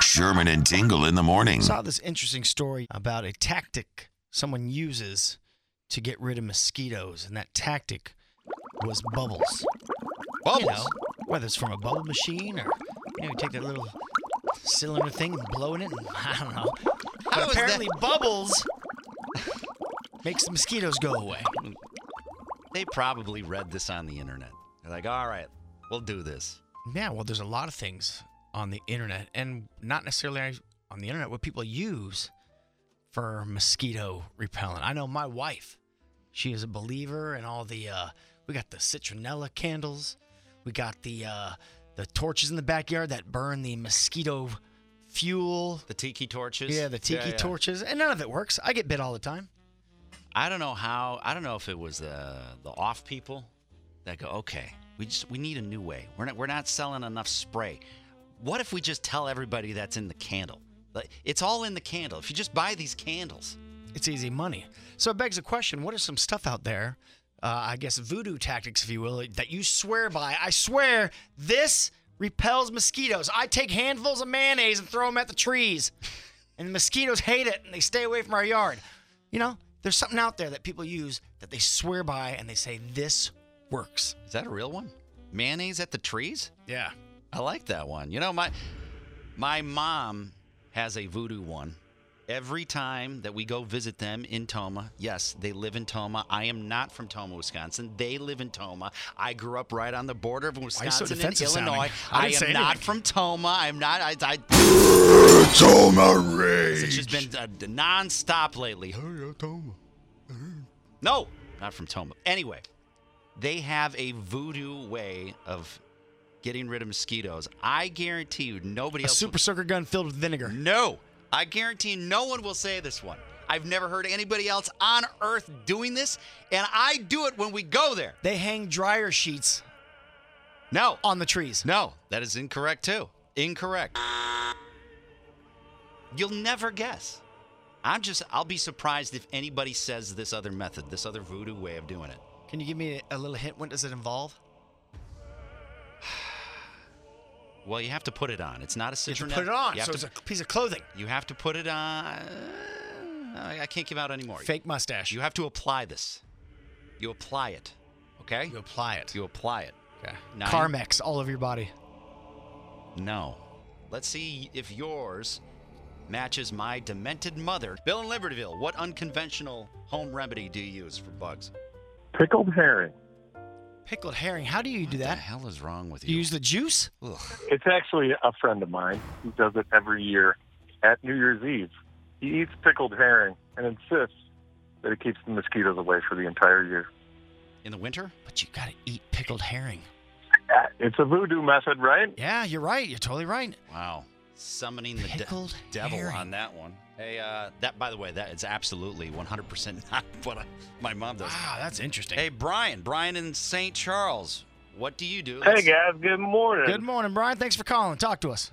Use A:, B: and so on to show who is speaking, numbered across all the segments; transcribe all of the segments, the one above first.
A: Sherman and Tingle in the morning.
B: Saw this interesting story about a tactic someone uses to get rid of mosquitoes, and that tactic was bubbles. You know, whether it's from a bubble machine or you know, you take that little cylinder thing and blow in it. And, I don't know.
C: How is
B: But
C: that-
B: apparently, bubbles makes the mosquitoes go away.
C: They probably read this on the internet. They're like, all right, we'll do this.
B: Yeah, well, there's a lot of things on the internet, and not necessarily on the internet, what people use for mosquito repellent. I know my wife, she is a believer in all the, uh, we got the citronella candles, we got the, uh, the torches in the backyard that burn the mosquito fuel.
C: The tiki torches.
B: Yeah, the tiki
C: yeah.
B: torches, and none of it works. I get bit all the time.
C: I don't know how. I don't know if it was the the off people that go, okay, we just we need a new way. We're not we're not selling enough spray. What if we just tell everybody that's in the candle? Like, it's all in the candle. If you just buy these candles,
B: It's easy money. So it begs the question: What is some stuff out there? Uh, I guess voodoo tactics, if you will, that you swear by. I swear this repels mosquitoes. I take handfuls of mayonnaise and throw them at the trees, and the mosquitoes hate it and they stay away from our yard. You know, there's something out there that people use that they swear by and they say this works.
C: is that a real one? Mayonnaise at the trees?
B: Yeah.
C: I like that one. You know, my my mom has a voodoo one. Every time that we go visit them in Toma, yes, they live in Toma. I am not from Toma, Wisconsin. They live in Toma. I grew up right on the border of
B: you so
C: Wisconsin and
B: defensive sounding?
C: Illinois.
B: I
C: I,
B: didn't say
C: am not
B: anything.
C: from Toma. I'm not. I, I,
A: Toma
C: it's just been uh, nonstop lately. No, not from Toma. Anyway, they have a voodoo way of getting rid of mosquitoes. I guarantee you, nobody
B: A
C: else.
B: super soaker gun filled with vinegar.
C: no, I guarantee no one will say this one. I've never heard anybody else on earth doing this, and I do it when we go there.
B: They hang dryer sheets
C: No,
B: on the trees.
C: no, that is incorrect too. Incorrect. You'll never guess. I'm just, I'll be surprised if anybody says this other method, this other voodoo way of doing it.
B: Can you give me a, a little hint? What does it involve?
C: Well, you have to put it on. It's not a
B: You have to
C: citronella.
B: put it on.
C: You have,
B: So
C: to,
B: it's a piece of clothing.
C: you have to put it on. I I can't give out anymore.
B: Fake mustache.
C: You have to apply this. You apply it. Okay?
B: You apply it.
C: You apply it.
B: okay.
C: Nine.
B: Carmex all over your body.
C: No. Let's see if yours matches my demented mother. Bill in Libertyville, what unconventional home remedy do you use for bugs?
D: Pickled herring.
B: Pickled herring. How do you do
C: What the
B: that?
C: hell is wrong with
B: Do you
C: you?
B: use the juice?
C: Ugh.
D: It's actually a friend of mine who does it every year at New Year's Eve. He eats pickled herring and insists that it keeps the mosquitoes away for the entire year.
C: In the winter?
B: But you gotta eat pickled herring.
D: Ah, It's a voodoo method, right?
B: Yeah, you're right. You're totally right.
C: Wow. Summoning the de-
B: Pickled
C: devil
B: herring.
C: on that one. Hey, uh, that by the way, that is absolutely 100% not what I, my mom does.
B: Wow, that's interesting.
C: Hey, Brian, Brian in St. Charles, what do you do?
E: Hey
C: Let's-
E: guys, good morning.
B: Good morning, Brian. Thanks for calling. Talk to us.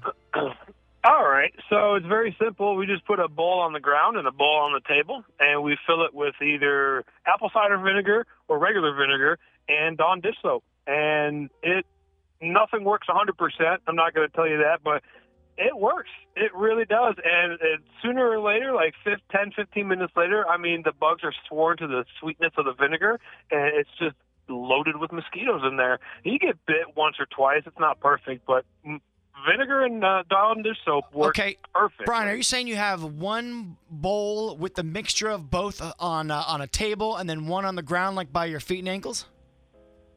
E: All right, so it's very simple. We just put a bowl on the ground and a bowl on the table, and we fill it with either apple cider vinegar or regular vinegar and Dawn dish soap. And it nothing works 100%. I'm not going to tell you that, but it works. It really does. And it, sooner or later, like fif- 10, 15 minutes later, I mean, the bugs are sworn to the sweetness of the vinegar, and it's just loaded with mosquitoes in there. You get bit once or twice. It's not perfect, but mm, vinegar and uh, Dawn dish soap work
B: Okay,
E: perfect.
B: Brian, are you saying you have one bowl with the mixture of both uh, on uh, on a table and then one on the ground, like by your feet and ankles?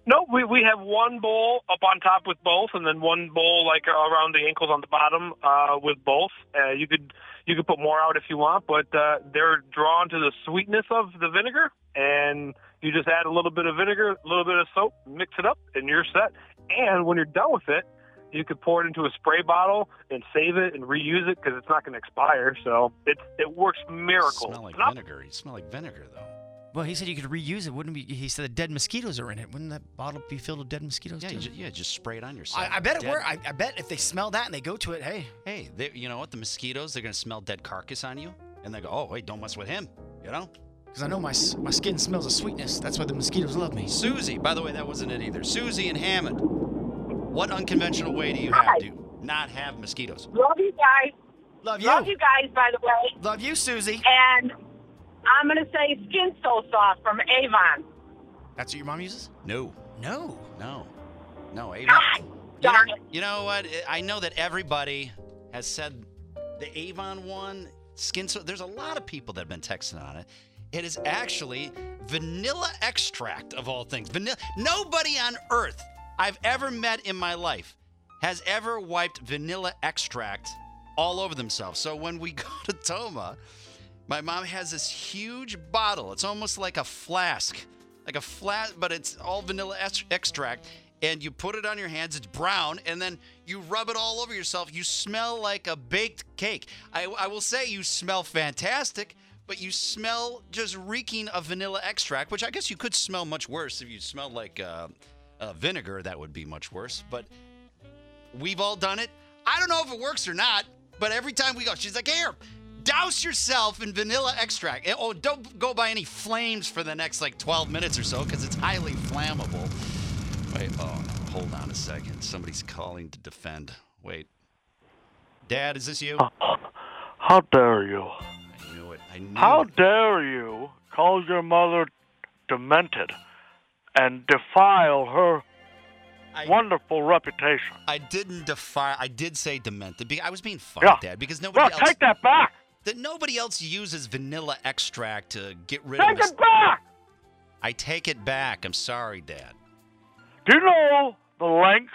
E: No, we, we have one bowl up on top with both, and then one bowl like around the ankles on the bottom uh, with both. Uh, you could you could put more out if you want, but uh, they're drawn to the sweetness of the vinegar, and you just add a little bit of vinegar, a little bit of soap, mix it up, and you're set. And when you're done with it, You could pour it into a spray bottle and save it and reuse it because it's not going to expire. So it's it works miracles.
C: Smell like
E: Not-
C: vinegar. You smell like vinegar though.
B: Well, he said you could reuse it, wouldn't it be? He said the dead mosquitoes are in it. Wouldn't that bottle be filled with dead mosquitoes?
C: Yeah,
B: too?
C: you just, yeah, just spray it on yourself.
B: I, I bet it
C: Dead-
B: were. I, I bet if they smell that and they go to it, hey,
C: hey, they, you know what? The mosquitoes, they're gonna smell dead carcass on you, and they go, "Oh, hey, don't mess with him." You know,
B: because I know my s- my skin smells of sweetness. That's why the mosquitoes love me.
C: Susie. By the way, that wasn't it either. Susie and Hammond. What unconventional way do you have
F: Hi.
C: to not have mosquitoes?
F: Love you guys.
B: Love you.
F: Love you guys, by the way.
B: Love you, Susie.
F: And I'm going to say skin so soft from Avon.
B: That's what your mom uses?
C: No,
B: No.
C: no, no. Avon.
F: God,
C: You
F: darn
C: know,
F: it.
C: you know what? I know that everybody has said the Avon one skin. So there's a lot of people that have been texting on it. It is actually vanilla extract of all things. Vanilla. Nobody on earth I've ever met in my life has ever wiped vanilla extract all over themselves. So when we go to Toma, my mom has this huge bottle. It's almost like a flask, like a flat, but it's all vanilla ex- extract. And you put it on your hands. It's brown, and then you rub it all over yourself. You smell like a baked cake. I, I will say you smell fantastic, but you smell just reeking of vanilla extract, which I guess you could smell much worse if you smelled like uh, uh, vinegar. That would be much worse. But We've all done it. I don't know if it works or not, but every time we go, she's like, here, douse yourself in vanilla extract. And, Oh, don't go by any flames for the next like 12 minutes or so because it's highly flammable. Wait, oh, no, hold on a second. Somebody's calling to defend. Wait. Dad, is this you?
G: Uh, How dare you?
C: I knew it. I knew
G: How
C: it.
G: dare you call your mother demented and defile her
C: I-
G: wonderful reputation?
C: I didn't defy. I did say demented. be- I was being fun,
G: Yeah.
C: Dad, because nobody
G: Well,
C: else
G: take that back.
C: that nobody else uses vanilla extract to get rid of.
G: Take
C: mis-
G: it back.
C: I take it back. I'm sorry, Dad.
G: Do you know the lengths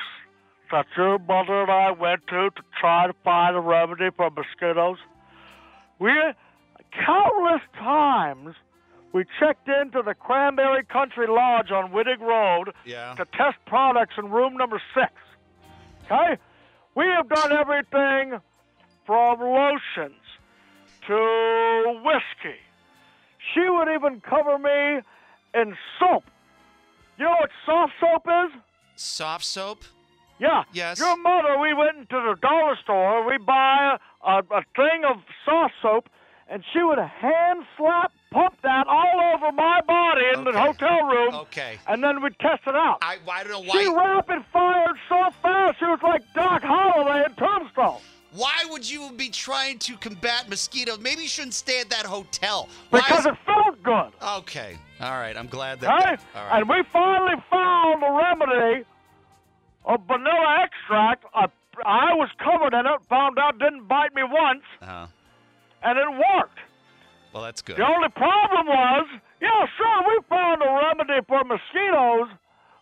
G: that your mother and I went to to try to find a remedy for mosquitoes? We countless times we checked into the Cranberry Country Lodge on Whittig Road
C: Yeah.
G: to test products in room number six. Okay? We have done everything from lotions to whiskey. She would even cover me in soap. You know what soft soap is?
C: Soft soap?
G: Yeah.
C: Yes.
G: Your mother, we went into the dollar store, we buy a, a thing of soft soap, and she would hand slap, pump that all over my body in the
C: Okay.
G: hotel room,
C: Okay.
G: and then we'd test it out.
C: I, I don't know
G: She
C: why.
G: rapid fired so fast, she was like Doc Holloway in Tombstone.
C: Why would you be trying to combat mosquitoes? Maybe you shouldn't stay at that hotel. Why
G: Because
C: is-
G: it felt good.
C: okay. All right. I'm glad that.
G: Right?
C: All right.
G: And we finally found the remedy of vanilla extract. I, I was covered in it, found out didn't bite me once,
C: Uh-huh.
G: and it worked.
C: Well, that's good.
G: The only problem was, yeah, sure, we found a remedy for mosquitoes,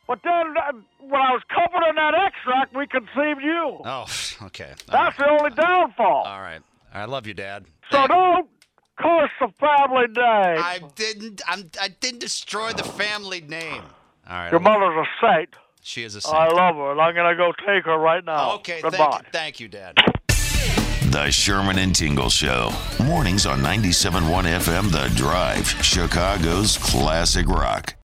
G: but then uh, when I was covered in that extract, we conceived you.
C: Oh, okay. All
G: That's
C: right.
G: the only downfall.
C: All right. I love you, Dad.
G: So
C: Thank-
G: don't curse the family name.
C: I didn't. I'm. I didn't destroy the family name. All right.
G: Your mother's a saint.
C: She is a
G: Oh, I
C: saint.
G: love her, and I'm gonna go take her right now.
C: okay.
G: Goodbye.
C: Thank you, thank you, Dad.
A: The Sherman and Tingle Show. Mornings on 97.1 FM The Drive, Chicago's classic rock.